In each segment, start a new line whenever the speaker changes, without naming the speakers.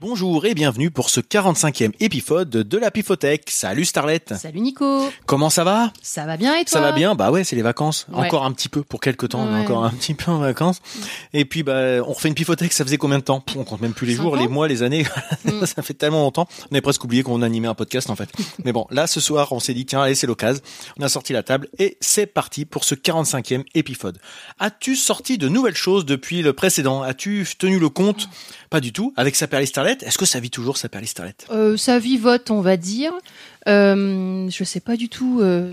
bonjour et bienvenue pour ce 45e épisode de la Pifothèque. Salut Starlette
Salut Nico
Comment ça va
Ça va bien et toi
Ça va bien Bah ouais, c'est les vacances.
Ouais.
Encore un petit peu, pour quelques temps, on est
Ouais. Mm.
encore un petit peu en vacances. Et puis bah, on refait une Pifothèque, ça faisait combien de temps Pff, On compte même plus les
Cinq
jours,
ans
les mois, les années,
Mm.
ça fait tellement longtemps. On avait presque oublié qu'on animait un podcast en fait. Mais bon, là ce soir, on s'est dit, tiens, allez, c'est l'occasion. On a sorti la table et c'est parti pour ce 45e épisode. As-tu sorti de nouvelles choses depuis le précédent As-tu tenu le
Mm.
compte Pas du tout. Avec Saperly Starlet, est-ce que ça vit toujours Saperly Starlet
Euh, Ça vivote, on va dire. Euh, je sais pas du tout. euh,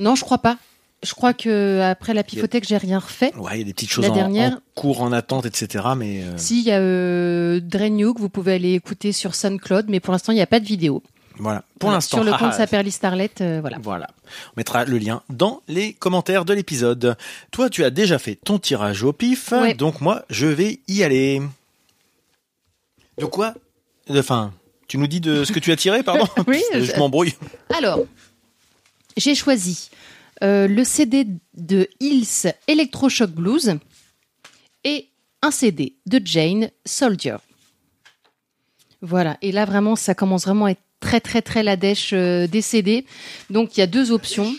Non, je crois pas. Je crois que après la pifothèque, j'ai rien refait.
Ouais, il y a des petites choses
La
en,
dernière-
en cours, en attente, etc. Mais euh,
Si, il y a euh, Drain You que vous pouvez aller écouter sur SoundCloud, mais pour l'instant, il n'y a pas de vidéo.
voilà, pour
Voilà,
l'instant.
Sur le
ah,
compte
ah,
Saperly Starlet, euh, voilà.
Voilà. On mettra le lien dans les commentaires de l'épisode. Toi, tu as déjà fait ton tirage au pif,
Ouais.
donc moi, je vais y aller. De quoi Enfin, tu nous dis de ce que tu as tiré, pardon
Oui,
Je
je-
m'embrouille.
Alors, j'ai choisi euh, le CD de Hills Electroshock Blues et un CD de Jane Soldier. Voilà, et là vraiment, ça commence vraiment à être très très très la dèche euh, des CD. Donc il y a deux options.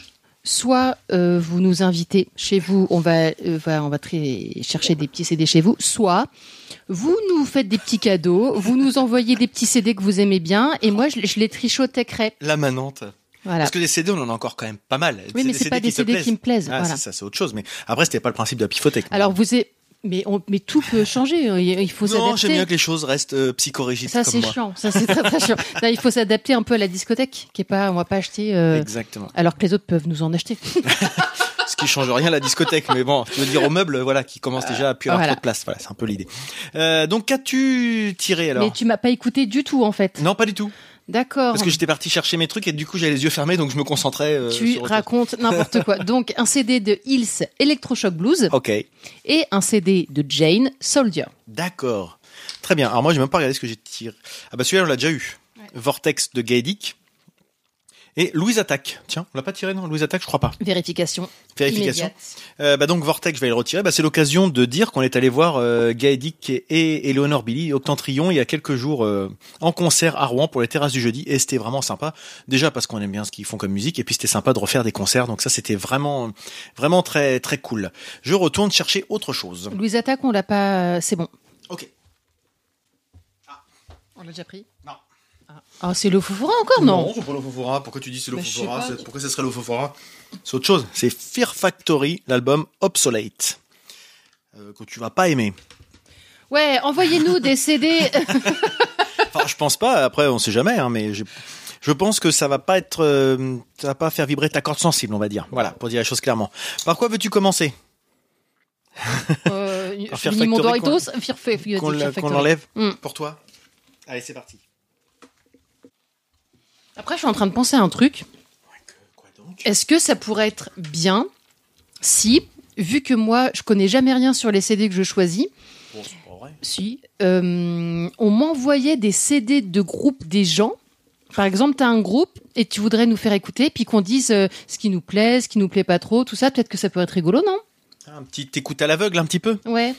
Soit euh, vous nous invitez chez vous, on va, euh, va- on va très- chercher des petits CD chez vous, soit vous nous faites des petits cadeaux, vous nous envoyez des petits CD que vous aimez bien, et moi je, je les trichoterai.
La manante.
Voilà.
Parce que des CD, on en a encore quand même pas mal.
Oui, mais c'est pas des
te
CD
plaisent.
qui me plaisent.
Ah,
voilà.
ça, ça, c'est autre chose. Mais après, c'était pas le principe de la pifothèque.
Alors vous êtes, mais, on- mais tout peut changer. hein, Il faut
non, j'aime bien
s'adapter.
que les choses restent euh, psychorigides
Ça
comme
c'est
moi.
chiant. Ça c'est très très chiant. Non, il faut s'adapter un peu à la discothèque, qui est pas, on va pas acheter. euh,
Exactement.
alors que les autres peuvent nous en acheter.
Ce qui change rien à la discothèque, mais bon, tu veux dire aux meubles, voilà, qui commence déjà à plus avoir
voilà.
trop de place. Voilà, c'est un peu l'idée. Euh, donc, qu'as-tu tiré alors
Mais tu m'as pas écouté du tout en fait.
Non, pas du tout.
D'accord.
Parce que j'étais parti chercher mes trucs et du coup, j'avais les yeux fermés, donc je me concentrais. euh,
Tu
sur autre
racontes n'importe quoi. Donc un CD de Hills Electroshock Blues
chose. Ok,
et un CD de Jane Soldier.
d'accord. Très bien. Alors, moi, j'ai même pas regardé ce que j'ai tiré. Ah, bah, celui-là, on l'a déjà eu. Vortex de Gaedic. Et Louise Attaque. Tiens, on l'a pas tiré, non Louise Attaque, je crois pas.
Vérification,
Vérification.
immédiate.
Euh, bah donc Vortex, je vais le retirer. Bah, c'est l'occasion de dire qu'on est allé voir euh, Gaedic et- et Eleanor Billy au Tantrion il y a quelques jours euh, en concert à Rouen pour les terrasses du jeudi et c'était vraiment sympa. Déjà parce qu'on aime bien ce qu'ils font comme musique et puis c'était sympa de refaire des concerts donc ça c'était vraiment vraiment très très cool. Je retourne chercher autre chose.
Louise Attaque, on l'a pas. euh, C'est bon.
Ok.
On l'a déjà pris.
Non.
Ah, c'est le Foufoura encore non
c'est pas Lofofora. Pourquoi tu dis c'est
Bah, Lofofora je sais pas. C'est-
Pourquoi ce serait Lofofora C'est autre chose. C'est Fear Factory, l'album Obsolete euh, que tu vas pas aimer.
Ouais, envoyez-nous des CD.
Enfin, je pense pas. Après, on sait jamais, hein, mais je, je pense que ça va pas être, euh, ça va pas faire vibrer ta corde sensible, on va dire. Voilà, pour dire la chose clairement. Par quoi veux-tu commencer
Euh,
Par
je
Fear
finis mon
Factory,
Doritos. Fear Fa- Fear
Qu'on l'a-
Factory.
qu'on l'enlève
Hmm.
pour toi Allez, c'est parti.
Après, je suis en train de penser à un truc.
Quoi donc
Est-ce que ça pourrait être bien si, vu que moi, je connais jamais rien sur les CD que je choisis,
Bon, c'est pas vrai.
si euh, on m'envoyait des CD de groupes des gens par exemple, tu as un groupe et tu voudrais nous faire écouter, puis qu'on dise euh, ce qui nous plaît, ce qui nous plaît pas trop, tout ça, peut-être que ça peut être rigolo, non
Ah, Un petit écoute à l'aveugle, un petit peu.
Ouais.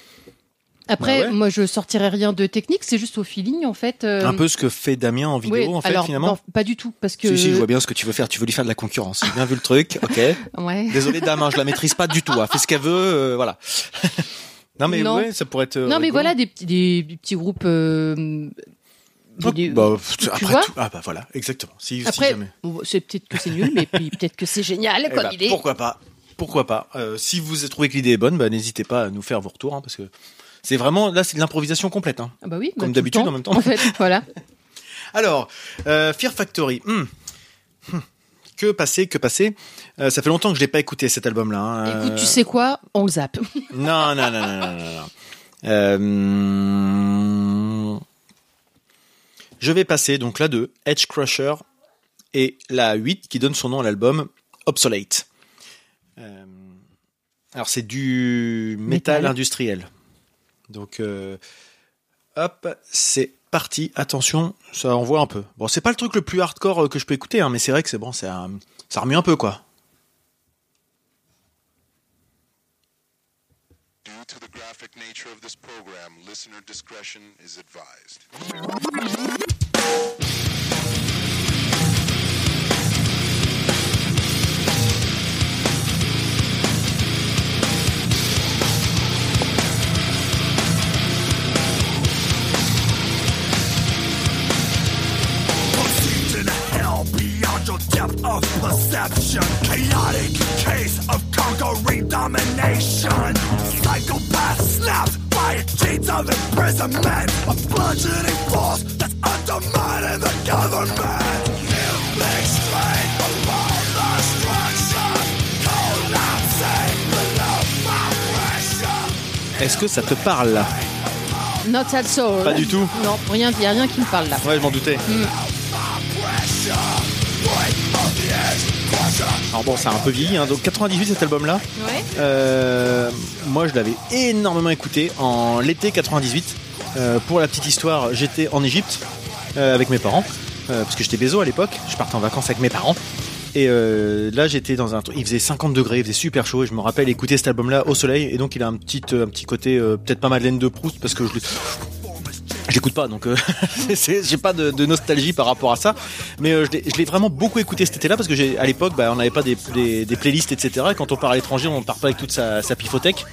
Après,
Bah ouais.
moi, je sortirai rien de technique, c'est juste au feeling, en fait. euh,
Un peu ce que fait Damien en vidéo,
ouais,
en fait,
alors,
finalement.
non, pas du tout, parce que.
Si, si, je vois bien ce que tu veux faire. Tu veux lui faire de la concurrence. J'ai bien vu le truc, ok.
Ouais.
Désolé, dame, hein, je la maîtrise pas du tout. Elle Fait ce qu'elle veut, euh, voilà. non, mais
Non.
ouais, ça pourrait être. euh,
Non, mais
rigolo.
voilà, des petits, des, des petits groupes. euh,
Oh,
des-
bah, pff, après
vois
tout. Ah, bah voilà, exactement. Si, si
après,
jamais.
bon, c'est peut-être que c'est nul, mais puis peut-être que c'est génial
Eh
comme
ben,
idée.
Pourquoi pas Pourquoi pas Euh, Si vous trouvez que l'idée est bonne, bah, n'hésitez pas à nous faire vos retours, hein, parce que c'est vraiment là, c'est de l'improvisation complète. hein.
Ah bah oui,
Comme
bah, tout le
d'habitude,
temps,
en même temps.
En fait, voilà.
Alors, euh, Fear Factory. hmm. Hmm. Que passer, que passer Euh, Ça fait longtemps que je l'ai pas écouté cet album-là. hein. Euh,
Écoute, tu sais quoi On le zappe.
Non, non, non, non, non, non, non. Euh, Je vais passer donc la 2, Edge Crusher, et la 8 qui donne son nom à l'album, Obsolete. Euh, Alors c'est du métal,
Métal.
industriel. Donc euh, hop, c'est parti. Attention, ça envoie un peu. Bon, c'est pas le truc le plus hardcore euh, que je peux écouter, hein, mais c'est vrai que c'est bon, c'est un- ça remue un peu quoi.
Due to the graphic nature of this program, listener discretion is advised.
Proceed in hell beyond your depth of perception. Chaotic case of conquering domination. Psychopath snapped by chains of imprisonment. A bludgeoning force that's undermining the government. Living straight below the structure. Collapsing below my pressure.
Est-ce que ça te parle là
Not at all.
Pas du tout.
Non, rien, y a rien qui me parle là.
Ouais, je m'en doutais. Alors bon, ça a un peu vieilli. hein. Donc 98, cet album-là.
Ouais.
Euh, moi, je l'avais énormément écouté en l'été 98. Euh, pour la petite histoire, j'étais en Égypte euh, avec mes parents, euh, parce que j'étais bézo à l'époque. Je partais en vacances avec mes parents. Et euh, là, j'étais dans un truc. Il faisait 50 degrés, il faisait super chaud. Et je me rappelle écouter cet album-là au soleil. Et donc, il a un petit, euh, un petit côté, euh, peut-être pas Madeleine de Proust, parce que je l'ai- je l'écoute pas, donc euh, c'est- c'est- j'ai pas de, de nostalgie par rapport à ça. Mais euh, je l'ai- je l'ai vraiment beaucoup écouté cet été-là parce que j'ai- à l'époque, bah, on n'avait pas des, des- des playlists, etc. Et quand on part à l'étranger, on part pas avec toute sa, sa pifothèque.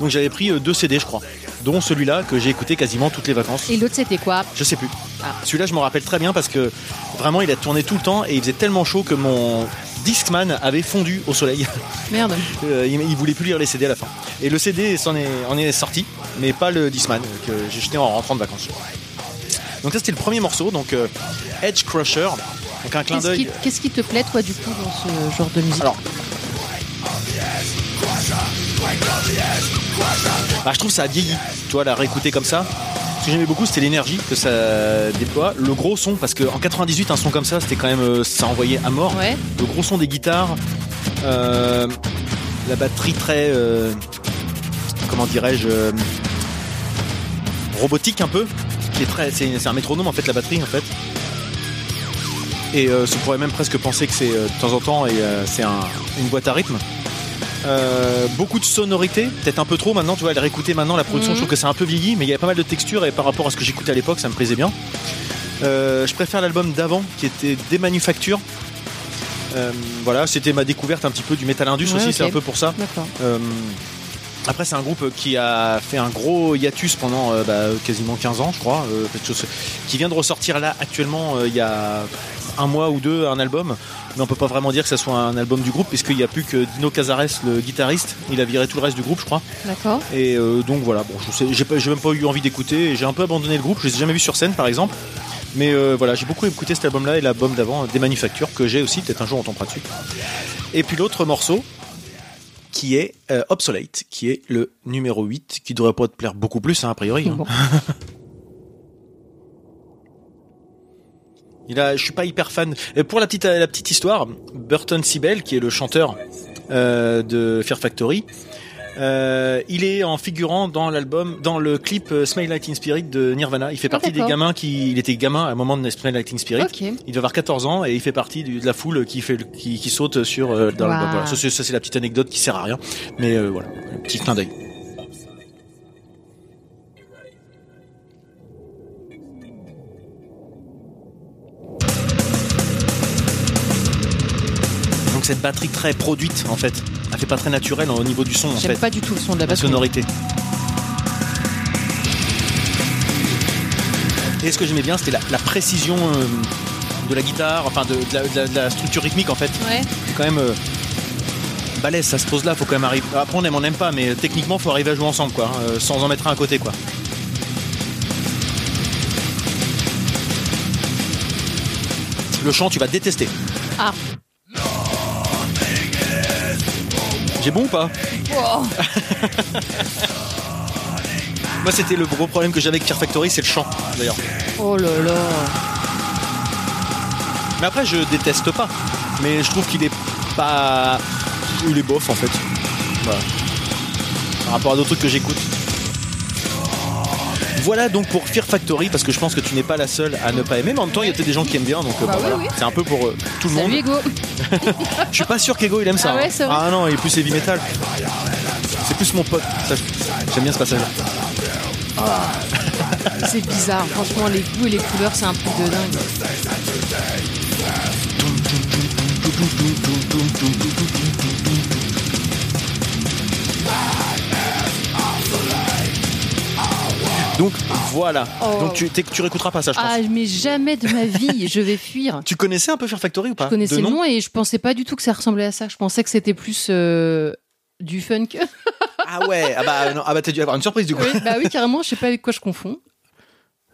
Donc j'avais pris euh, deux CD, je crois, dont celui-là que j'ai écouté quasiment toutes les vacances.
Et l'autre, c'était quoi
Je sais plus.
Ah.
Celui-là, je me rappelle très bien parce que vraiment, il a tourné tout le temps et il faisait tellement chaud que mon Discman avait fondu au soleil.
Merde.
Euh, il, il voulait plus lire les CD à la fin. Et le CD s'en est, en est sorti, mais pas le Disman que j'ai jeté en rentrant de vacances. Donc ça c'était le premier morceau, donc euh, Edge Crusher. Donc un clin
Qu'est-ce qui,
d'œil.
qu'est-ce qui te plaît, toi, du coup, dans ce genre de musique
Alors. Bah, je trouve ça a vieilli, tu vois, la réécouter comme ça. Ce que j'aimais beaucoup, c'était l'énergie que ça déploie, le gros son, parce qu'en 98, un son comme ça, c'était quand même, euh, ça envoyait à mort.
Ouais.
le gros son des guitares, euh, la batterie très, euh, comment dirais-je, euh, robotique un peu, qui est très, c'est c'est un métronome en fait la batterie en fait. Et euh, on pourrait même presque penser que c'est euh, de temps en temps et euh, c'est un- une boîte à rythme. Euh, beaucoup de sonorités, peut-être un peu trop maintenant, tu vois, la réécouter maintenant, la production,
Mhm.
je trouve que c'est un peu vieilli, mais il y avait pas mal de textures et par rapport à ce que j'écoutais à l'époque, ça me plaisait bien. Euh, je préfère l'album d'avant qui était des manufactures. Euh, voilà, c'était ma découverte un petit peu du Metal Indus
Ouais,
aussi,
ok.
c'est un peu pour ça.
D'accord.
Euh, après, c'est un groupe qui a fait un gros hiatus pendant euh, bah, quasiment 15 ans, je crois, euh, quelque chose- qui vient de ressortir là actuellement euh, il y a un mois ou deux un album, mais on peut pas vraiment dire que ça soit un album du groupe puisqu'il n'y a plus que Dino Cazares, le guitariste, il a viré tout le reste du groupe, je crois.
D'accord.
Et euh, donc voilà, bon, je sais- j'ai pas- j'ai même pas eu envie d'écouter, et j'ai un peu abandonné le groupe, je les ai jamais vus sur scène par exemple. Mais euh, voilà, j'ai beaucoup écouté cet album-là et l'album d'avant, euh, des manufactures, que j'ai aussi, peut-être un jour on tombera dessus. Et puis l'autre morceau, qui est euh, Obsolete, qui est le numéro 8, qui devrait pas te plaire beaucoup plus, hein, a priori. hein.
Bon.
Il a, je suis pas hyper fan. Et pour la petite, la petite histoire, Burton Sibel, qui est le chanteur euh, de Fear Factory, euh, il est en figurant dans l'album, dans le clip euh, Smile Lighting Spirit de Nirvana. Il fait
Ah,
partie des
d'accord.
gamins qui, il était gamin à un moment de Smile Lighting Spirit.
Ok.
Il doit avoir 14 ans et il fait partie du- de la foule qui fait, le- qui, qui saute sur. euh, dans
Wow.
l'album. Voilà. Ça, c'est- ça, c'est la petite anecdote qui sert à rien, mais euh, voilà, un petit clin d'œil. Donc cette batterie très produite en fait, elle fait pas très naturelle au niveau du son en
J'aime
fait,
pas du tout le son de
la
la batterie.
sonorité. Et ce que j'aimais bien, c'était la, la précision euh, de la guitare, enfin de, de la, de la- de la structure rythmique en fait.
Ouais.
C'est quand même euh, balèze, ça se pose là, faut quand même arriver. Après on aime, on n'aime pas, mais techniquement faut arriver à jouer ensemble quoi, hein, euh, sans en mettre un à côté quoi. Le chant, tu vas détester.
Ah.
J'ai bon ou pas
Wow.
Moi, c'était le gros problème que j'avais avec Fear Factory, c'est le chant, d'ailleurs.
Oh là là.
Mais après, je déteste pas. Mais je trouve qu'il est pas. Il est bof, en fait. Voilà. Par rapport à d'autres trucs que j'écoute. Voilà donc pour Fear Factory, parce que je pense que tu n'es pas la seule à ne pas aimer, mais en même temps, il y a peut-être des gens qui aiment bien, donc euh,
Bah
bon,
oui,
voilà.
oui.
c'est un peu pour euh, tout le monde.
Salut Hugo.
Je suis pas sûr qu'Ego il aime ça.
Ah ouais,
hein.
c'est vrai.
ah non, il est plus heavy metal. C'est plus mon pote. Ça, je- J'aime bien ce passage.
C'est bizarre. Franchement, les goûts et les couleurs, c'est un truc de dingue.
Donc voilà.
Oh.
Donc tu, t'es- tu réécouteras pas ça, je pense.
Ah, mais jamais de ma vie, je vais fuir.
Tu connaissais un peu Fear Factory ou pas
Je connaissais
De
le
nom
nom et je pensais pas du tout que ça ressemblait à ça. Je pensais que c'était plus euh, du funk.
Ah ouais, ah bah, non, ah bah t'as dû avoir une surprise du coup.
Oui, bah oui, carrément, je sais pas avec quoi je confonds.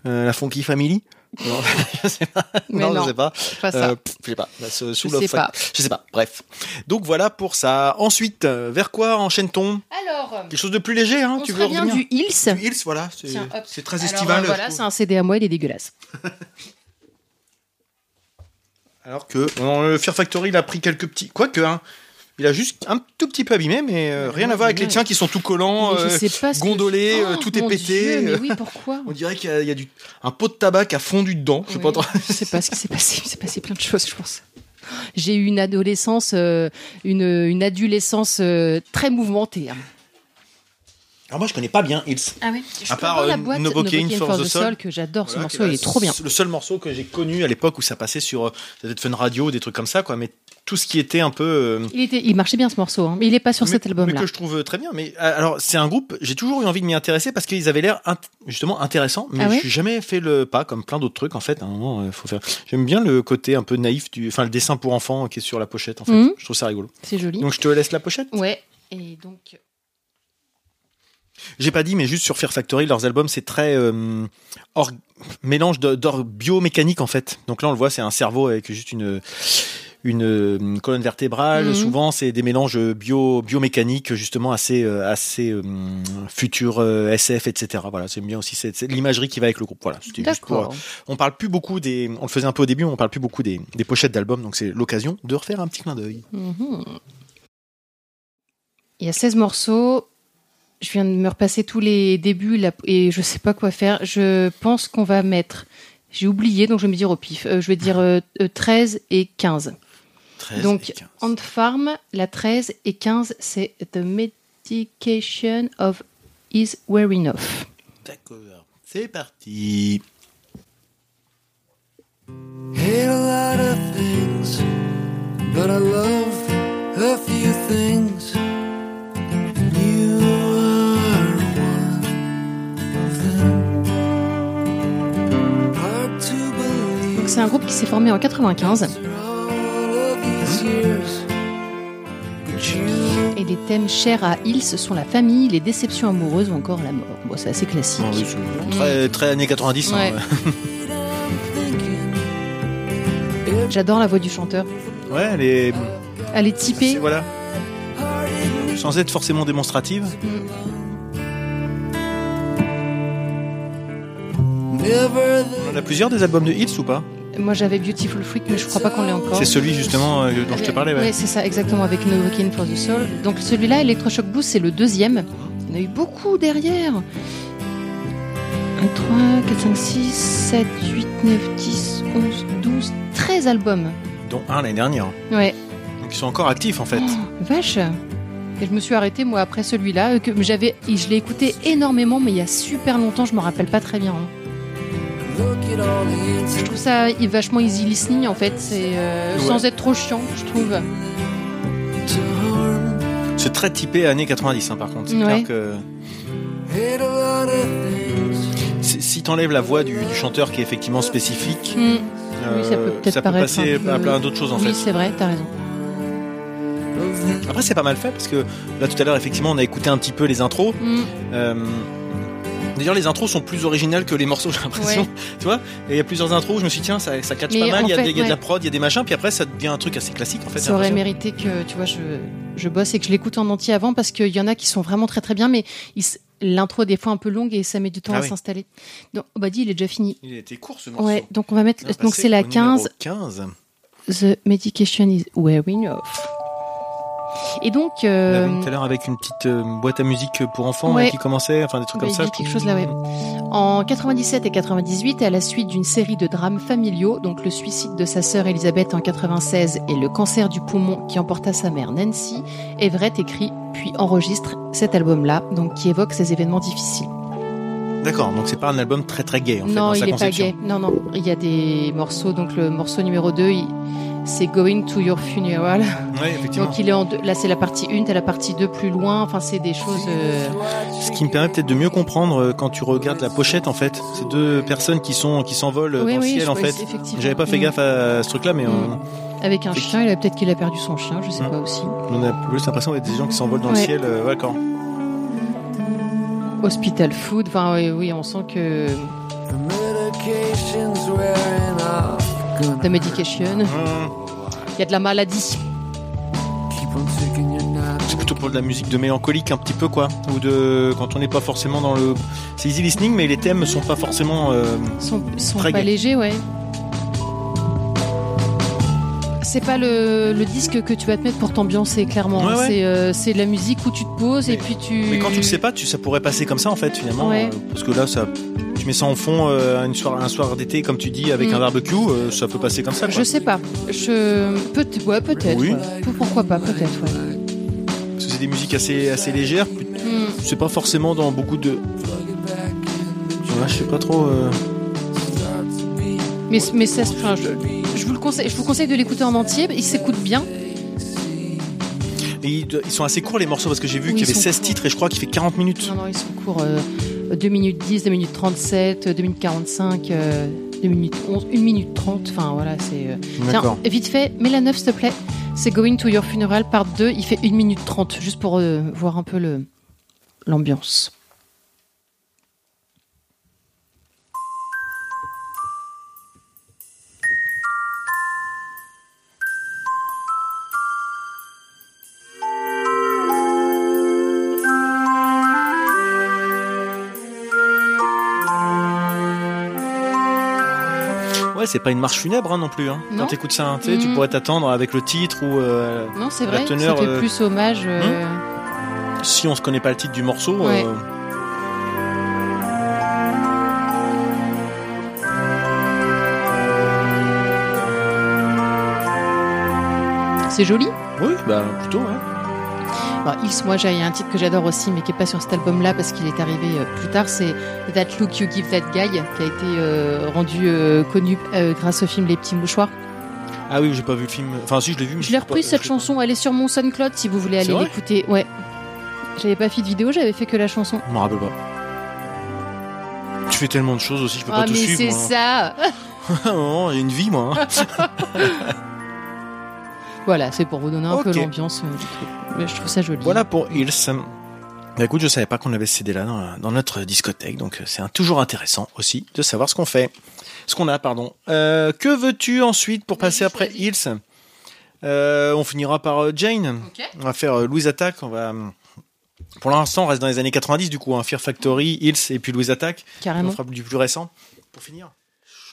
Euh, la Funky Family Non, je sais pas.
Mais
non,
non.
je sais pas.
Pas ça.
Euh, pff, je sais pas. Bah, ce- sous
Je
Love
sais
Fun.
pas.
Je sais pas. Bref. Donc voilà pour ça. Ensuite, euh, vers quoi enchaîne-t-on
Alors,
Quelque chose de plus léger, hein
on
Tu
se
veux
revient
revenir
du Hills.
Du Hills, voilà. c'est-
Tiens, hop.
C'est très
Alors,
estival.
euh,
je
voilà,
trouve.
c'est un CD à moi, il est dégueulasse.
Alors que euh, non, le Fear Factory, il a pris quelques petits. Quoique, hein. Il a juste un tout petit peu abîmé, mais euh, rien à voir avec les tiens qui sont tout collants,
Mais je
euh,
sais pas ce que-
gondolés, euh,
Oh,
tout est
mon
pété.
Dieu,
euh,
mais oui, pourquoi
On dirait qu'il y a, il y a du, un pot de tabac a fondu dedans. Je sais pas
Oui,
trop.
je sais pas ce qui s'est passé. Il s'est passé plein de choses, je pense. J'ai eu une adolescence, euh, une, une adolescence euh, très mouvementée. hein.
Alors moi, je connais pas bien Hills.
Ah oui. Je
À part,
peux avoir
euh,
la boîte
Novocaine
Novocaine
for
for
the
the
Soul,
Soul, que j'adore. Ce
Voilà,
morceau,
que
il est trop bien.
Le seul morceau que j'ai connu à l'époque où ça passait sur euh, ça devait être Fun Radio, des trucs comme ça, quoi. Mais tout ce qui était un peu. euh,
Il, était, il marchait bien ce morceau, hein, mais il est pas sur
mais-
cet
Mais
album-là.
que je trouve euh, très bien. Mais euh, alors, c'est un groupe, j'ai toujours eu envie de m'y intéresser parce qu'ils avaient l'air int- justement intéressants, mais
Ah ouais
je suis jamais fait le pas, comme plein d'autres trucs en fait. À un moment, euh, faut faire. J'aime bien le côté un peu naïf, du... enfin le dessin pour enfants qui est sur la pochette en fait.
Mhm.
Je trouve ça rigolo.
C'est joli.
Donc je te laisse la pochette.
Ouais. Et donc,
J'ai pas dit, mais juste sur Fear Factory, leurs albums, c'est très euh, or- mélange de- d'or biomécanique en fait. Donc là, on le voit, c'est un cerveau avec juste une une euh, colonne vertébrale.
Mhm.
Souvent, c'est des mélanges bio biomécaniques justement assez euh, assez euh, futur euh, SF, etc. Voilà, c'est bien aussi cette- cette- l'imagerie qui va avec le groupe. Voilà, c'était juste pour. euh,
d'accord.
On parle plus beaucoup des. On le faisait un peu au début, mais on parle plus beaucoup des, des pochettes d'albums. Donc c'est l'occasion de refaire un petit clin d'œil.
Mhm. Il y a 16 morceaux. Je viens de me repasser tous les débuts là, et je sais pas quoi faire. Je pense qu'on va mettre. J'ai oublié, donc je vais me dire au pif. Euh, je vais dire euh, euh, 13 et 15.
13
donc,
et 15.
Ant Farm, la 13 et 15, c'est The Medication of Is Wearing Off.
D'accord. C'est parti.
Hate a lot of things, but I love a few things. And you are one of them. Hard to
Donc,
believe
C'est un groupe qui s'est formé en 95
after all of these years. But you
et les thèmes chers à Hills sont la famille, les déceptions amoureuses ou encore la mort. Bon, c'est assez classique.
Bon, oui, c'est très, très années 90. hein,
Ouais.
ouais.
did, I'm thinking.
J'adore la voix du chanteur.
Ouais, elle est.
Elle est
c'est-
typée.
Voilà. Sans être forcément démonstrative.
Never
On
the
en a plusieurs des albums de Hills ou pas
Moi j'avais Beautiful Freak, mais je crois pas qu'on l'ait encore.
C'est celui justement euh, dont je te parlais, ouais.
Oui, c'est ça, exactement, avec Novocaine for the Soul. Donc celui-là, Electroshock Blues, c'est le deuxième. Il y en a eu beaucoup derrière. 1, 3, 4, 5, 6, 7, 8, 9, 10, 11, 12, 13 albums.
Dont un l'année dernière.
Ouais,
Donc ils sont encore actifs en fait.
Mm. vache et je me suis arrêtée moi après celui-là euh, que j'avais et je l'ai écouté énormément mais il y a super longtemps je m'en rappelle pas très bien. hein.
look at all the
Je
answers.
trouve ça il- vachement easy listening en fait, c'est euh,
Ouais.
sans être trop chiant je trouve.
to harm.
C'est très typé années 90 hein, par contre. C'est
Ouais.
clair que
Hate a lot of things.
si si t'enlèves la voix du, du chanteur qui est effectivement spécifique,
Hmm. Oui, ça peut
euh,
peut-être
ça peut
paraître
passer
un peu-
à plein d'autres choses en
oui,
fait.
c'est vrai, t'as raison.
Après c'est pas mal fait parce que là tout à l'heure effectivement on a écouté un petit peu les intros.
Mm.
Euh, D'ailleurs, les intros sont plus originales que les morceaux, j'ai l'impression.
Ouais.
Tu vois Et il y a plusieurs intros où je me suis dit, tiens, ça, ça catch
Mais
pas mal.
en
Il y, a
fait,
des- il y a de la
ouais.
prod, il y a des machins, puis après, ça devient un truc assez classique, en fait. j'ai
ça aurait
l'impression.
mérité que, tu vois, je, je bosse et que je l'écoute en entier avant parce qu'il y en a qui sont vraiment très très bien, mais ils s- l'intro est des fois un peu longue et ça met du temps
Ah
à
oui.
s'installer. Donc, oh, bah dis, il est déjà fini.
Il était court ce morceau.
Ouais, donc on va mettre.
On a passé
donc c'est
au
la
numéro
15,
15.
The Medication is Wearing Off. Et donc.
On
euh,
l'avait mis tout à l'heure avec une petite euh, boîte à musique pour enfants
Ouais.
là, qui commençait, enfin des trucs
Bah,
comme
il
ça.
dit quelque chose là, ouais. En 97 et 98, à la suite d'une série de drames familiaux, donc le suicide de sa sœur Elisabeth en 96 et le cancer du poumon qui emporta sa mère Nancy, Everett écrit puis enregistre cet album-là, donc qui évoque ces événements difficiles.
D'accord, donc c'est pas un album très très gay en fait
non,
dans
il
sa
est
conception.
pas gay. Non, non, il y a des morceaux. Donc le morceau numéro 2, c'est Going to Your Funeral.
Ouais, effectivement.
Donc il est en deux. Là, c'est la partie 1, t'as la partie 2 plus loin. Enfin, c'est des choses. euh,
Ce qui me permet peut-être de mieux comprendre euh, quand tu regardes la pochette en fait, ces deux personnes qui sont qui s'envolent euh,
Oui,
dans
oui,
le
je
ciel en
crois,
fait.
c'est- effectivement.
J'avais pas fait
Mm.
gaffe à ce truc-là, mais euh,
Mm. Avec un
Effectivement.
chien, il a peut-être qu'il a perdu son chien, je sais
Mm.
pas aussi.
on a plus l'impression d'être des gens qui s'envolent dans le
Ouais.
ciel. euh, ouais, d'accord.
Hospital Food. Enfin, oui, oui, on sent que
The medication's wearing off.
The
Gonna
Medication.
Mm.
Il y a de la maladie.
keep on taking your nap.
C'est plutôt pour de la musique de mélancolique un petit peu quoi, ou de quand on n'est pas forcément dans le. C'est easy listening, mais les thèmes sont pas forcément. euh,
Sont, sont
Très
pas
gay.
légers, ouais. C'est pas le, le disque que tu vas te mettre pour t'ambiancer, clairement.
Ouais, ouais.
C'est euh, c'est de la musique où tu te poses et
Mais-
puis tu.
Mais quand tu le sais pas, tu, ça pourrait passer comme ça en fait finalement,
Ouais.
euh, parce que là ça. Tu mets ça en fond euh, une soir, un soir d'été, comme tu dis, avec
Mm.
un barbecue, euh, ça peut passer comme ça.
Je
Quoi.
sais pas. Je peut ouais, peut-être.
Oui.
ouais. Pour- Pourquoi pas, peut-être. ouais.
Parce que c'est des musiques assez, assez légères,
Hmm.
C'est pas forcément dans beaucoup de. Ouais, je sais pas trop. euh,
Mais mais ça, enfin, je, je vous le conseille. Je vous conseille de l'écouter en entier. Il s'écoute bien.
et Ils, ils sont assez courts les morceaux parce que j'ai vu
Oui,
qu'il y
ils
avait
sont
16
courts.
titres et je crois qu'il fait 40 minutes.
Non, non, ils sont courts. euh, 2 minutes 10, 2 minutes 37, 2 minutes 45, euh, 2 minutes 11, 1 minute 30. Enfin, voilà, c'est. euh, Tiens,
D'accord.
vite fait, mets la 9, s'il te plaît. C'est Going to Your Funeral, part 2. Il fait 1 minute 30, juste pour euh, voir un peu le- l'ambiance.
Ouais, c'est pas une marche funèbre hein, non plus. Hein.
Non.
Quand t'écoutes ça, hein, tu sais, tu
Mm.
pourrais t'attendre avec le titre ou euh,
Non, c'est
La
vrai,
teneur,
ça fait
euh, Hmm
plus hommage. euh,
si on se connaît pas le titre du morceau.
Ouais.
euh,
C'est joli.
Oui, bah plutôt. Ouais.
Bon, Ils, moi, j'ai il y a un titre que j'adore aussi, mais qui est pas sur cet album-là parce qu'il est arrivé euh, plus tard. C'est That Look You Give That Guy, qui a été euh, rendu euh, connu euh, grâce au film Les Petits Mouchoirs.
Ah oui, j'ai pas vu le film. Enfin, si je l'ai vu. mais
Je l'ai
sais pas-
reprise cette
je sais pas.
chanson. Elle est sur mon SoundCloud si vous voulez
C'est
aller
vrai
l'écouter. Ouais. J'avais pas fait de vidéo, j'avais fait que la chanson.
Je m'en rappelle pas. Tu fais tellement de choses aussi, je peux
Ah,
pas tout
mais
suivre.
c'est
moi.
ça
Ah, non, j'ai une vie moi. hein.
Voilà, c'est pour vous donner un peu
Ok.
l'ambiance euh, du truc. Mais je trouve ça joli.
Voilà pour Hills. Bah écoute, je savais pas qu'on avait ce CD là dans, la- dans notre discothèque, donc euh, c'est un- toujours intéressant aussi de savoir ce qu'on fait, ce qu'on a, pardon. Euh, que veux-tu ensuite pour passer
Vas-y,
après
choisis.
Hills Euh, On finira par euh, Jane.
Ok.
On va faire euh, Louise Attack. On va, hum, pour l'instant, on reste dans les années 90 du coup, hein, Fear Factory, Hills et puis Louise Attack. On
Carrément.
fera du plus récent. Pour finir,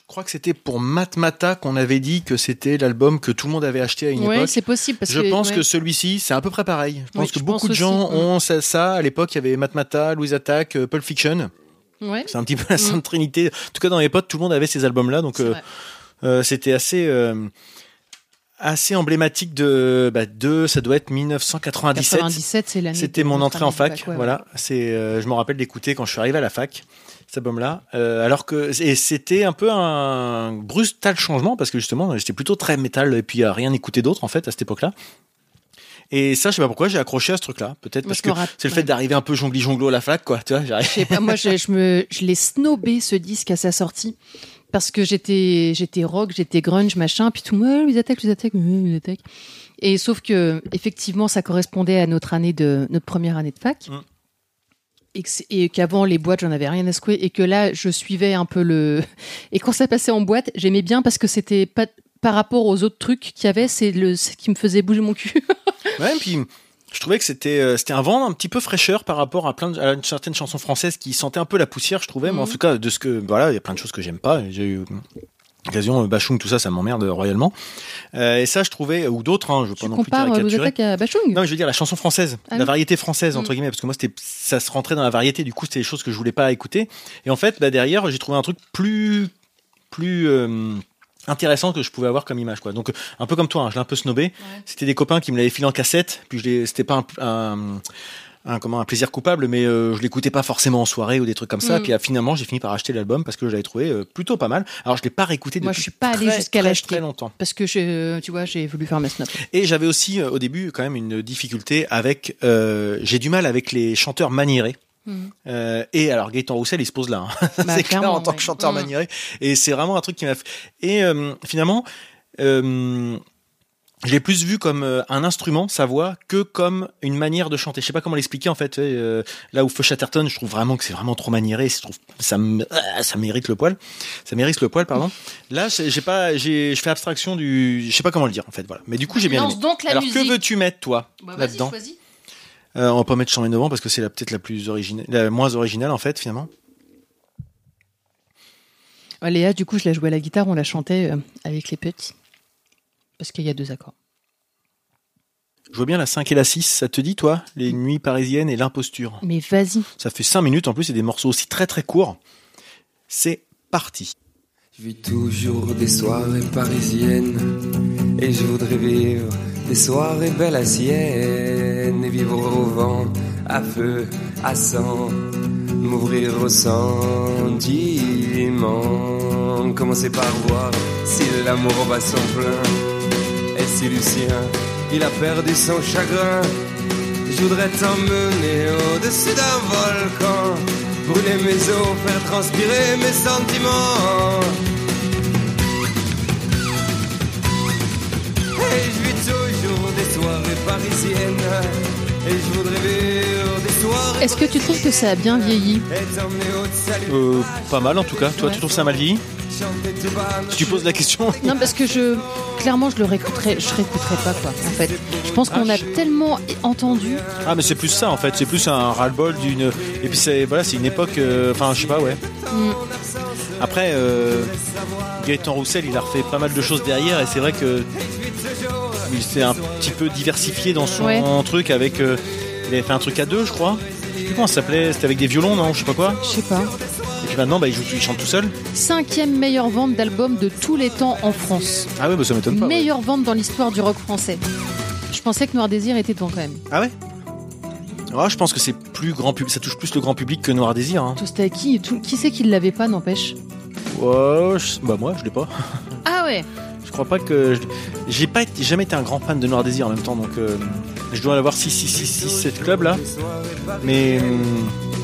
je crois que c'était pour Matmata qu'on avait dit que c'était l'album que tout le monde avait acheté à une
Ouais,
époque.
c'est possible parce
Je
que.
pense
ouais.
que celui-ci, c'est à peu près pareil. Je pense
je
que
pense
beaucoup de
aussi,
gens
ouais.
ont ça, ça. À l'époque, il y avait Matmata, Louise Attack, euh, Pulp Fiction.
Ouais.
C'est un petit peu la Sainte Trinité. En tout cas, dans les potes, tout le monde avait ces albums-là. Donc,
Mm. c'est
euh,
vrai.
euh, c'était assez, euh, assez emblématique de, bah, de, ça doit être 1997.
97, c'est l'année.
C'était
de
mon
notre
entrée en
année
fac.
de bac, ouais,
Voilà, c'est, euh, je me rappelle d'écouter quand je suis arrivé à la fac cet album-là. Euh, alors que et c'était un peu un brutal changement parce que justement j'étais plutôt très métal et puis à rien écouter d'autre en fait à cette époque-là. Et ça, je sais pas pourquoi j'ai accroché à ce truc-là. Peut-être
Moi,
parce
je
que
me rappelle-
c'est le fait
ouais.
d'arriver un peu jongli jonglo à la fac, quoi. Tu vois, j'arrive.
Je sais pas, moi, je, je me, je l'ai snobé ce disque à sa sortie parce que j'étais, j'étais rock, j'étais grunge, machin, puis tout le monde, Ah, les attaques, les attaques, les attaques. euh, Et sauf que, effectivement, ça correspondait à notre année de, notre première année de fac.
Mm.
Et que c'est- Et qu'avant les boîtes, j'en avais rien à secouer, et que là, je suivais un peu le. Et quand ça passait en boîte, j'aimais bien parce que c'était pas par rapport aux autres trucs qu'il y avait, c'est le ce qui me faisait bouger mon cul.
Ouais, et puis je trouvais que c'était euh, c'était un vent un petit peu fraîcheur par rapport à plein de, à une certaine chanson française qui sentait un peu la poussière, je trouvais. Moi, en
Mhm.
tout cas, de ce que bah, voilà, il y a plein de choses que j'aime pas. J'ai eu l'occasion euh, Bachung, tout ça, ça m'emmerde royalement. Euh, et ça, je trouvais ou d'autres, hein, je veux pas
Tu
non plus
compares euh, Louis
caricaturer.
Attaque à Bachung
Non, mais je veux dire la chanson française,
Ah
la
oui.
variété française entre
Mm.
guillemets, parce que moi c'était, ça se rentrait dans la variété. Du coup, c'était des choses que je voulais pas écouter. Et en fait, bah, derrière, j'ai trouvé un truc plus, plus euh, intéressant que je pouvais avoir comme image quoi donc un peu comme toi hein, je l'ai un peu snobé c'était des copains qui me l'avaient filé en cassette puis je l'ai- c'était pas un, un- un- comment un plaisir coupable mais euh, je l'écoutais pas forcément en soirée ou des trucs comme ça
Mm.
puis ah, finalement j'ai fini par acheter l'album parce que je l'avais trouvé euh, plutôt pas mal alors je l'ai pas réécouté depuis
Moi, je suis pas allée
très,
jusqu'à
très,
l'acheter.
très longtemps
Parce que, je, tu vois, j'ai voulu faire ma snob.
et j'avais aussi euh, au début quand même une difficulté avec. euh, j'ai du mal avec les chanteurs maniérés.
Mhm.
Euh, et alors Gaëtan Roussel il se pose là, hein.
Bah,
c'est clair
clairement,
en tant
ouais.
que chanteur
Mhm.
maniéré. Et c'est vraiment un truc qui m'a. fait- Et euh, finalement, euh, je l'ai plus vu comme euh, un instrument, sa voix, que comme une manière de chanter. Je sais pas comment l'expliquer en fait. euh, là où Feu Chatterton, je trouve vraiment que c'est vraiment trop maniéré. Je trouve ça, me- ah, ça mérite le poil. Ça mérite le poil, pardon. Là, c'est- j'ai pas, j'ai, je fais abstraction du, je sais pas comment le dire en fait. Voilà. Mais du coup, j'ai bien aimé.
Ah, Lance donc la
Alors que
musique. Bah,
veux-tu mettre toi là-dedans Euh, On va pas mettre Chambé Novembre parce que c'est la- peut-être la plus originale, la moins originale en fait finalement.
Ouais, Léa, du coup, je la jouais à la guitare, on la chantait euh, avec les petits. Parce qu'il y a deux accords.
Je vois bien la 5 et la 6, ça te dit toi Les nuits parisiennes et l'imposture.
Mais vas-y.
Ça fait 5 minutes en plus et des morceaux aussi très très courts. C'est parti.
Je vis toujours des soirées parisiennes et je voudrais vivre des soirées belles à Sienne et vivre au vent, à feu, à sang, m'ouvrir au sentiment, commencer par voir si l'amour va son plein et si Lucien il a perdu son chagrin. Je voudrais t'emmener au-dessus d'un volcan, brûler mes os, faire transpirer mes sentiments. Et je vis toujours des soirées parisiennes, et je voudrais vivre des soirées.
Est-ce que tu trouves que ça a bien vieilli
Et t'emmener au salut.
Euh, pas mal en tout cas. Toi, tu trouves ça mal vieilli
Chanter tout bas,
Si tu poses la question.
Non, parce que je. Clairement, je le réécouterai. Je réécouterai pas, quoi, en fait. Je pense qu'on a tellement entendu.
Ah mais c'est plus ça en fait, c'est plus un ras-le-bol d'une et puis c'est voilà, c'est une époque euh, enfin je sais pas ouais. Après euh, Gaëtan Roussel, il a refait pas mal de choses derrière et c'est vrai que il s'est un petit peu diversifié dans son
Ouais.
truc avec euh, il avait fait un truc à deux, je crois. Je sais plus comment ça s'appelait, c'était avec des violons non, je sais pas quoi.
Je sais pas.
Et puis maintenant bah il joue il chante tout seul.
Cinquième meilleure vente d'album de tous les temps en France.
Ah ouais, bah ça m'étonne pas. ouais.
meilleure vente dans l'histoire du rock français. Je pensais que Noir Désir était devant quand même.
Ah ouais. Ah, je pense que c'est plus grand public, ça touche plus le grand public que Noir Désir. Hein.
Tostaki, tout... qui c'est qui ne l'avait pas, n'empêche
Ouais, je- Bah moi, je l'ai pas.
Ah ouais
Je crois pas que. je- J'ai pas été- jamais été un grand fan de Noir Désir en même temps, donc euh, je dois en avoir 6, 6, 6, 6, 7 clubs là. Mais. hum,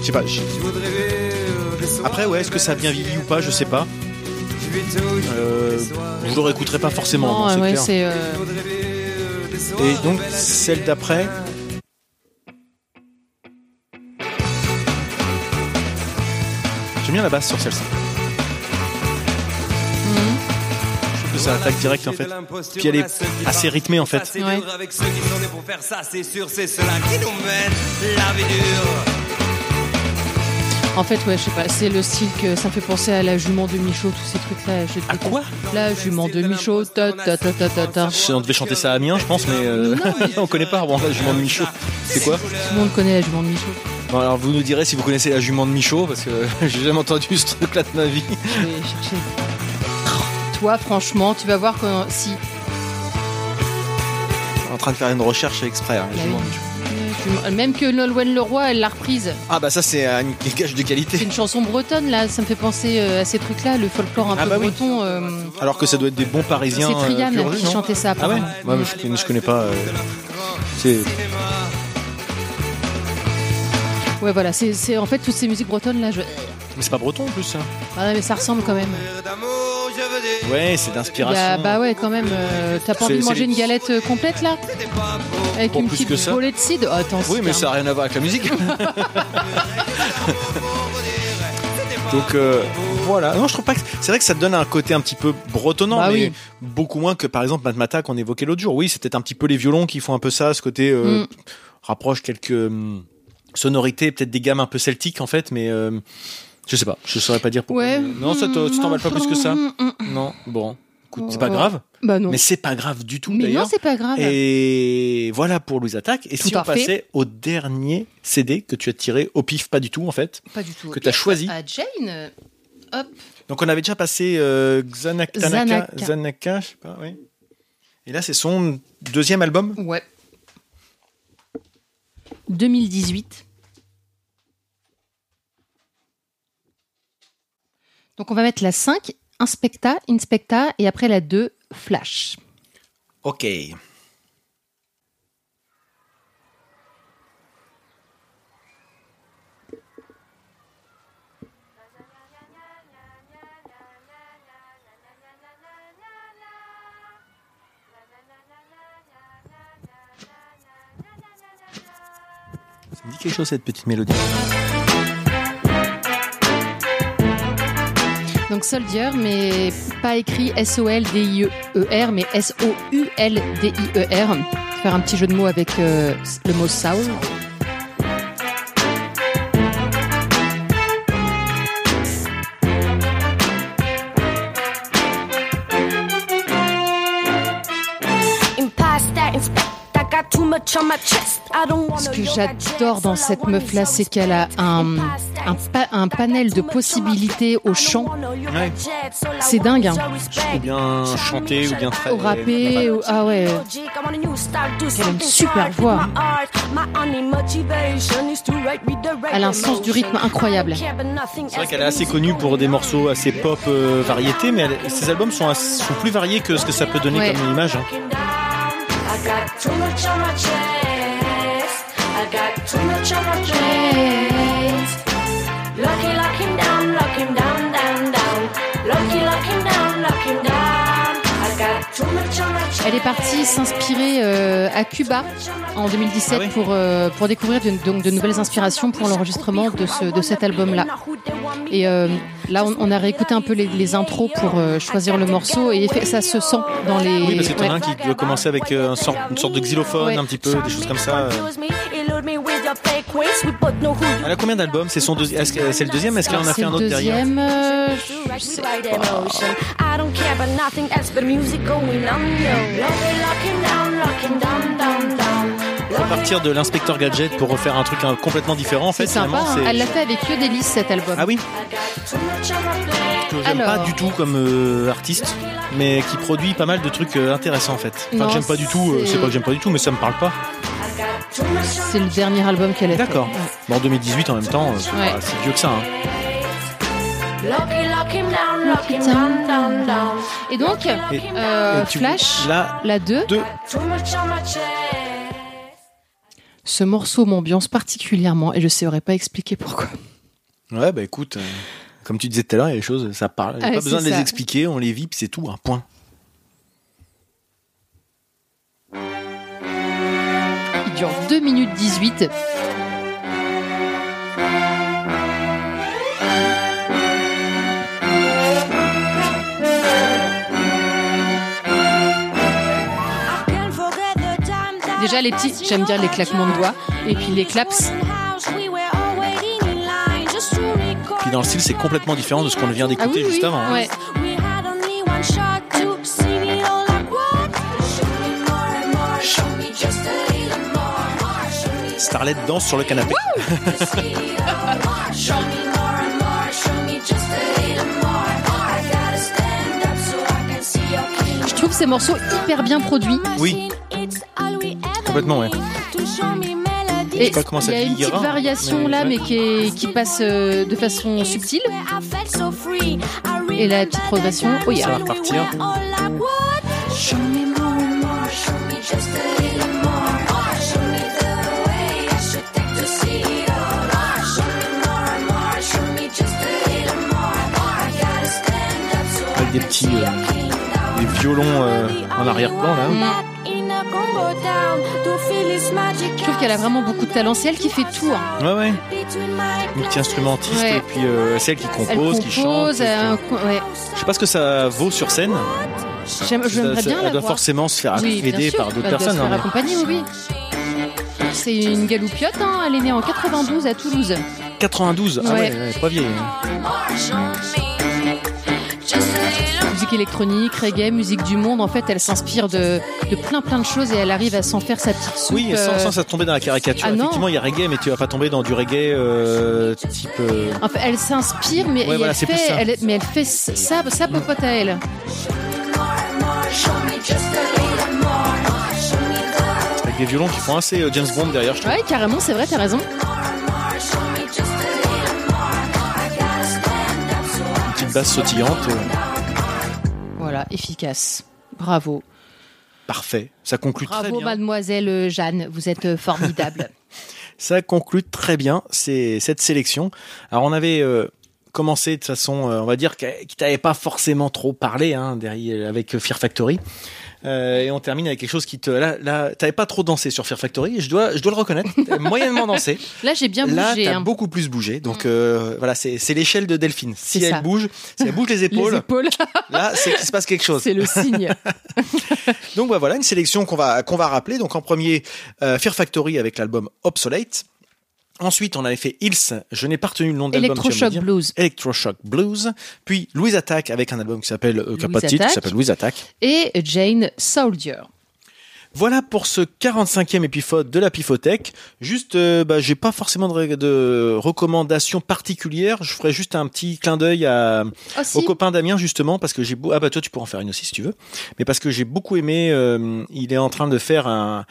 je sais pas. je-
je voudrais vivre des soirées.
Après, ouais, est-ce que ça a bien vieilli ou pas Je sais pas.
Je vis toujours
Euh,
des soirées
je le réécouterai pas forcément, non,
Non,
c'est
ouais,
clair.
c'est. euh,
Et donc, celle d'après. J'aime bien la basse sur celle-ci.
Mhm.
Je trouve que ça attaque direct en fait. Puis elle est assez rythmée en fait.
C'est
Ouais.
dur avec ceux qui sont nés pour faire ça, c'est sûr, c'est cela qui nous mène la vie dure.
En fait, ouais, je sais pas, c'est le style que ça me fait penser à la jument de Michaud, tous ces trucs-là. je déteste.
quoi
La jument de Michaud, ta ta ta ta ta ta.
Si on devait chanter ça à Amiens, je pense, mais euh, on connaît pas. Bon, la jument de Michaud, c'est quoi
Tout le monde connaît la jument de Michaud.
Bon, Alors vous nous direz si vous connaissez la jument de Michaud, parce que j'ai jamais entendu ce truc-là de ma vie.
Je vais chercher. Toi, franchement, tu vas voir quand. Si.
en train de faire une recherche exprès. hein, la
Bah
jument
oui.
de Michaud.
Jument- Même que Nolwenn Leroy, elle l'a reprise.
Ah bah ça c'est euh, une gage de
C'est
qualité.
une chanson bretonne, là, ça me fait penser euh, à ces trucs-là, le folklore un
Ah
peu
bah oui.
breton. euh,
Alors que ça doit être des bons Parisiens.
C'est Trian
euh, pur jus,
qui
non
chantait ça.
Ah ouais
apparemment.
Moi je, connais- je connais pas. euh, c'est
Ouais, voilà, c'est c'est- en fait toutes ces musiques bretonnes là. Je...
mais c'est pas breton en plus. ça.
Ah ouais, mais ça ressemble quand même.
D'amour, je veux des
Ouais, c'est
Il y
d'inspiration.
a- bah ouais, quand même. euh, T'as pas envie
C'est-
de
c'est
manger
les-
une galette euh, complète là Avec
Bon,
une
plus que
petite
ça.
bolée de cid Oh, Attends,
Oui,
c'est
mais
un-
ça n'a rien à voir avec la musique. Donc euh, voilà. Non, je trouve pas que c'est vrai que ça donne un côté un petit peu bretonnant,
Bah
mais
oui.
beaucoup moins que par exemple Matmata qu'on évoquait l'autre jour. Oui, c'est peut-être un petit peu les violons qui font un peu ça, ce côté euh,
Mm.
rapproche quelques hum, sonorités, peut-être des gammes un peu celtiques en fait, mais euh, je sais pas, je saurais pas dire pourquoi.
Ouais.
Mais, euh, Non, ça te- tu t'emballes pas plus que ça.
Mm, mm, mm.
Non, bon, écoute, c'est pas
Oh.
grave,
Bah non.
mais c'est pas grave du tout
Mais non,
d'ailleurs.
c'est pas grave.
Et voilà pour Louise Attaque. Et
Tout
si on
à fait.
passait au dernier CD que tu as tiré au pif, pas du tout en fait,
Pas du tout.
que tu as choisi.
Ah, Jane euh, Hop.
Donc on avait déjà passé euh, Xanak- Tanaka-
Zanaka.
Zanaka, je sais pas, oui. Et là, c'est son deuxième album.
Ouais. 2018. Donc on va mettre la 5, Inspecta, Inspecta, et après la 2, Flash.
Ok. Ça me dit quelque chose cette petite mélodie.
Donc Soldier, mais pas écrit S-O-L-D-I-E-R, E mais S-O-U-L-D-I-E-R. E Faire un petit jeu de mots avec euh, le mot soul.
Ce
Ce que j'adore dans cette meuf là, c'est qu'elle a un, un, pa- un panel de possibilités au chant,
Ouais.
C'est dingue. Hein.
Ou bien chanter, ou bien euh,
au
travailler.
rappé, au- ah ouais.
Elle
a une super voix.
Elle a un sens du rythme incroyable.
C'est vrai qu'elle est assez connue pour des morceaux assez pop euh, variété, mais elle- ses albums sont, assez- sont plus variés que ce que ça peut donner
Ouais.
comme image. hein.
Elle est partie s'inspirer euh, à Cuba en 2017
Ah ouais
pour, euh, pour découvrir de, donc de nouvelles inspirations pour l'enregistrement de, ce, de cet album-là. Et euh, là, on, on a réécouté un peu les, les intros pour euh, choisir le morceau et effe- ça se sent dans les...
Oui, parce que t'en as
ouais.
un qui veut commencer avec euh, un sort- une sorte de xylophone,
Ouais.
un petit peu, des choses comme ça. euh. Elle a combien d'albums C'est son deuxième. Est-ce que- c'est le deuxième Est-ce qu'elle en a
C'est
fait un
le
autre derrière Ah,
deuxième, euh, je- je sais pas.
À
À partir de l'inspecteur gadget pour refaire un truc hein, complètement différent, en fait.
c'est sympa.
finalement,
hein.
c'est-
Elle l'a fait avec Yodelis cet album.
Ah oui, que j'aime pas
Alors.
du tout comme euh, artiste, mais qui produit pas mal de trucs euh, intéressants en fait. Enfin, que
Non,
j'aime pas du tout. euh,
c'est-
C'est pas que j'aime pas du tout, mais ça me parle pas.
C'est le dernier album qu'elle a fait.
D'accord. Bon, en 2018, en même temps, euh, c'est
Ouais.
pas si vieux que ça. hein.
Et donc,
Et-
euh,
et tu-
Flash,
Là,
la 2,
deux.
ce morceau m'ambiance particulièrement et je ne saurais pas expliquer pourquoi.
Ouais, bah écoute, euh, comme tu disais tout à l'heure, il y a des choses, ça parle. Il y a pas
Ouais, Ah, c'est
besoin de les
ça.
expliquer, on les vit, puis c'est tout, un point.
Il dure 2 minutes 18. Déjà les petits, j'aime bien les claquements de doigts et puis les claps.
Puis dans le style, c'est complètement différent de ce qu'on vient d'écouter
Ah oui,
juste
oui,
avant. hein.
ouais.
Starlet danse sur le canapé.
Je trouve ces morceaux hyper bien produits
Oui. Complètement, ouais.
et
sais pas comment ça
il y a une
vieillira,
petite variation
mais-
là
ouais.
mais qui, est- qui passe euh, de façon subtile et la petite progression. Oh yeah.
Ça va repartir. Avec des petits euh, des violons euh, en arrière-plan là.
Mm. Je trouve qu'elle a vraiment beaucoup de talent. C'est elle qui fait tout. hein.
Ouais ouais, multi-instrumentiste
Ouais.
et puis euh, celle qui compose,
Elle compose,
qui chante. qui-
euh, ouais.
Je sais pas ce que ça vaut sur scène.
J'aime-
Ça-
J'aimerais
ça-
bien la
elle doit
voir.
forcément se faire
Oui, bien
aider
sûr.
par d'autres
Elle doit se
personnes.
faire
hein.
accompagner, oui, oui. C'est une galoupiote, hein. elle est née en 92 à Toulouse.
92, ah ouais,
Ouais.
ouais, pas vieille. hein.
Musique musique électronique, reggae, musique du monde. En fait, elle s'inspire de, de plein plein de choses et elle arrive à s'en faire sa petite soupe.
Oui, sans,
euh,
sans ça tomber dans la caricature.
ah non.
Effectivement, il y a reggae, mais tu vas pas tomber dans du reggae euh, type. euh,
en fait, elle s'inspire, mais,
Ouais,
et
voilà,
elle
c'est plus
fait,
ça. Mm.
elle, mais elle fait ça, ça popote à elle.
avec des violons qui font assez euh, James Bond derrière, je trouve.
Ouais, carrément, c'est vrai, t'as raison.
Une petite basse sautillante. euh,
Voilà, efficace. Bravo.
parfait. Ça conclut très
Bravo,
bien.
mademoiselle euh, Jeanne, vous êtes euh, formidable.
Ça conclut très bien c'est cette sélection. Alors on avait euh, commencé de façon, euh, on va dire, que- qui t'avait pas forcément trop parlé hein, derrière, avec Fear Factory. Euh, et on termine avec quelque chose qui te... Là, là t'avais pas trop dansé sur Fear Factory, et je dois, je dois le reconnaître, t'avais moyennement dansé.
Là, j'ai bien
Là,
bougé.
t'as
hein.
beaucoup plus bougé. Donc euh, voilà, c'est c'est l'échelle de Delphine. Si
C'est
elle
ça.
bouge, si elle bouge les
Les
épaules,
épaules,
là, c'est qu'il se passe quelque chose.
c'est le signe.
Donc bah, voilà, une sélection qu'on va, qu'on va rappeler. Donc en premier, euh, Fear Factory avec l'album Obsolete. Ensuite, on avait fait Hills. Je n'ai pas retenu le nom de l'album. tu vas me
Electroshock
dire.
Blues.
Electroshock Blues. Puis Louise Attack avec un album qui s'appelle euh, qui a
Louise
pas de titre, qui
Attack.
s'appelle Louise Attack.
Et Jane Soldier.
Voilà pour ce 45e épisode de la Pifothèque. Juste, euh, bah, j'ai pas forcément de, ré- de recommandations particulières. Je ferai juste un petit clin d'œil à,
Oh,
au
si.
copain Damien justement parce que j'ai beau... ah bah toi tu pourras en faire une aussi si tu veux mais parce que j'ai beaucoup aimé euh, il est en train de faire un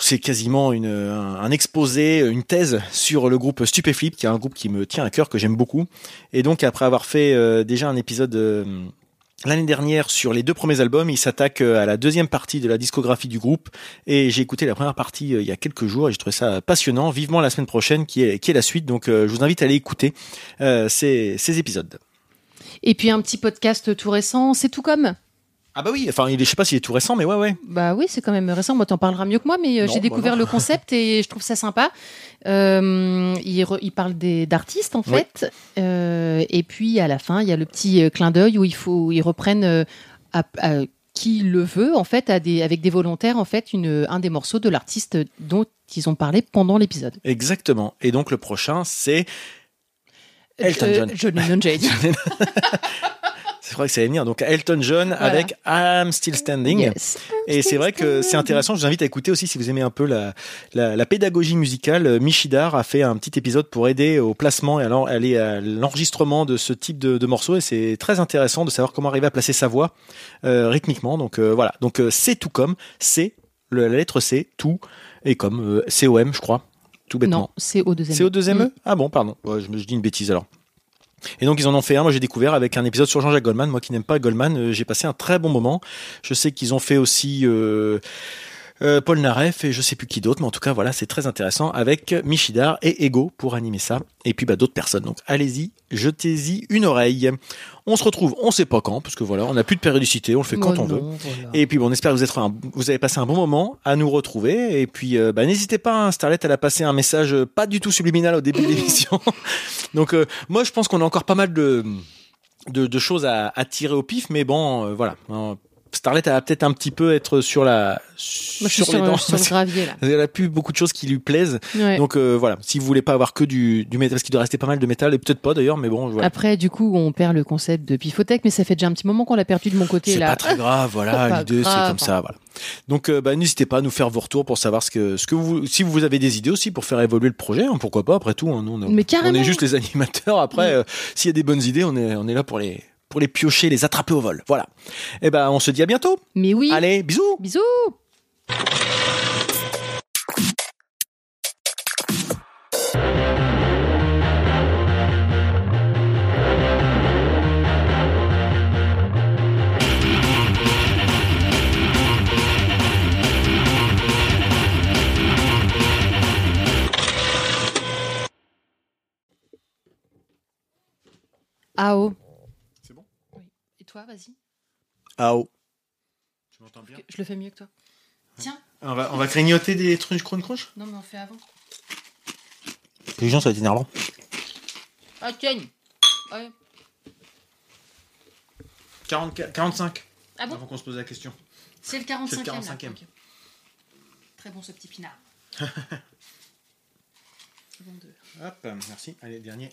c'est quasiment une, un un exposé, une thèse sur le groupe Stupéflip, qui est un groupe qui me tient à cœur, que j'aime beaucoup. Et donc, après avoir fait euh, déjà un épisode euh, l'année dernière sur les deux premiers albums, il s'attaque euh, à la deuxième partie de la discographie du groupe. Et j'ai écouté la première partie euh, il y a quelques jours et j'ai trouvé ça passionnant. Vivement la semaine prochaine, qui est, qui est la suite. Donc, euh, je vous invite à aller écouter euh, ces, ces épisodes.
Et puis un petit podcast tout récent, c'est tout comme.
Ah bah oui, enfin il est, je sais pas s'il est tout récent, mais ouais ouais.
Bah oui, c'est quand même récent. Moi, t'en parleras mieux que moi, mais euh,
Non,
j'ai
bah
découvert
non.
le concept et je trouve ça sympa. Euh, il, re- il parle des- d'artistes en
Oui.
fait, Euh, et puis à la fin, il y a le petit euh, clin d'œil où il faut, où ils reprennent euh, à, à qui le veut en fait, à des, avec des volontaires en fait, une, un des morceaux de l'artiste dont ils ont parlé pendant l'épisode.
Exactement. Et donc le prochain c'est Elton
Euh,
John.
John Lennon Jane.
c'est vrai que ça va venir donc Elton John avec I'm Still Standing.
Yes.
Et c'est vrai que c'est intéressant. Je vous invite à écouter aussi si vous aimez un peu la, la, la pédagogie musicale. Euh, Michidar a fait un petit épisode pour aider au placement et alors aller à l'enregistrement de ce type de, de morceaux. Et c'est très intéressant de savoir comment arriver à placer sa voix euh, rythmiquement. Donc euh, voilà. Donc euh, c'est tout comme c'est le- la lettre C tout et comme euh, C O M je crois tout bêtement.
Non, c'est au deuxième.
C'est au deuxième
Mm.
E Ah bon, pardon. Ouais, je, me- je dis une bêtise alors. Et donc ils en ont fait un, moi j'ai découvert avec un épisode sur Jean-Jacques Goldman, moi qui n'aime pas Goldman, euh, j'ai passé un très bon moment. Je sais qu'ils ont fait aussi euh, euh, Paul Naref et je sais plus qui d'autre, mais en tout cas voilà, c'est très intéressant avec Michidar et Ego pour animer ça, et puis bah, d'autres personnes. Donc allez-y, jetez-y une oreille. On se retrouve, on sait pas quand, parce que voilà, on n'a plus de périodicité, on le fait quand
Oh
on veut.
non, voilà.
Et puis bon, on espère que vous, êtes un- vous avez passé un bon moment à nous retrouver. Et puis euh, bah, n'hésitez pas, hein, Starlet, elle a passé un message euh, pas du tout subliminal au début de l'émission. Donc euh, moi, je pense qu'on a encore pas mal de, de, de choses à, à tirer au pif, mais bon, euh, voilà. Hein, Starlet, elle va peut-être un petit peu être sur la
Moi, je suis sur,
les dents.
sur le gravier là.
Elle a plus beaucoup de choses qui lui plaisent.
Ouais.
Donc euh, voilà, si vous voulez pas avoir que du, du métal, parce qu'il doit rester pas mal de métal, et peut-être pas d'ailleurs, mais bon, voilà.
Après, du coup, on perd le concept de pifothèque, mais ça fait déjà un petit moment qu'on l'a perdu de mon côté
C'est
là.
pas très grave,
C'est
voilà.
pas
L'idée, c'est
grave.
comme ça, voilà. Donc, euh, bah, n'hésitez pas à nous faire vos retours pour savoir ce que, ce que vous, si vous avez des idées aussi pour faire évoluer le projet, hein, pourquoi pas. Après tout, hein, nous, on, est-
Mais
on
carrément. Mm.
est juste les animateurs. Après, euh, s'il y a des bonnes idées, on est, on est là pour les, pour les piocher, les attraper au vol. Voilà. Et ben, on se dit à bientôt.
Mais oui.
Allez, bisous.
Bisous. Ah oh.
C'est bon
Oui. Et toi, vas-y.
Ah oh. Tu m'entends bien
Je le fais mieux que toi. Tiens.
on va, on va grignoter des trucs crunch-crunch
Non, mais on fait avant.
Les gens, ça va être énervant.
Ah, tiens. Ouais.
44, 45.
Ah bon
Avant qu'on se pose la question.
C'est le 45e.
C'est le 45e.
là. Ok. Très bon ce petit pinard. Bon de-
Hop, merci. Allez, dernier.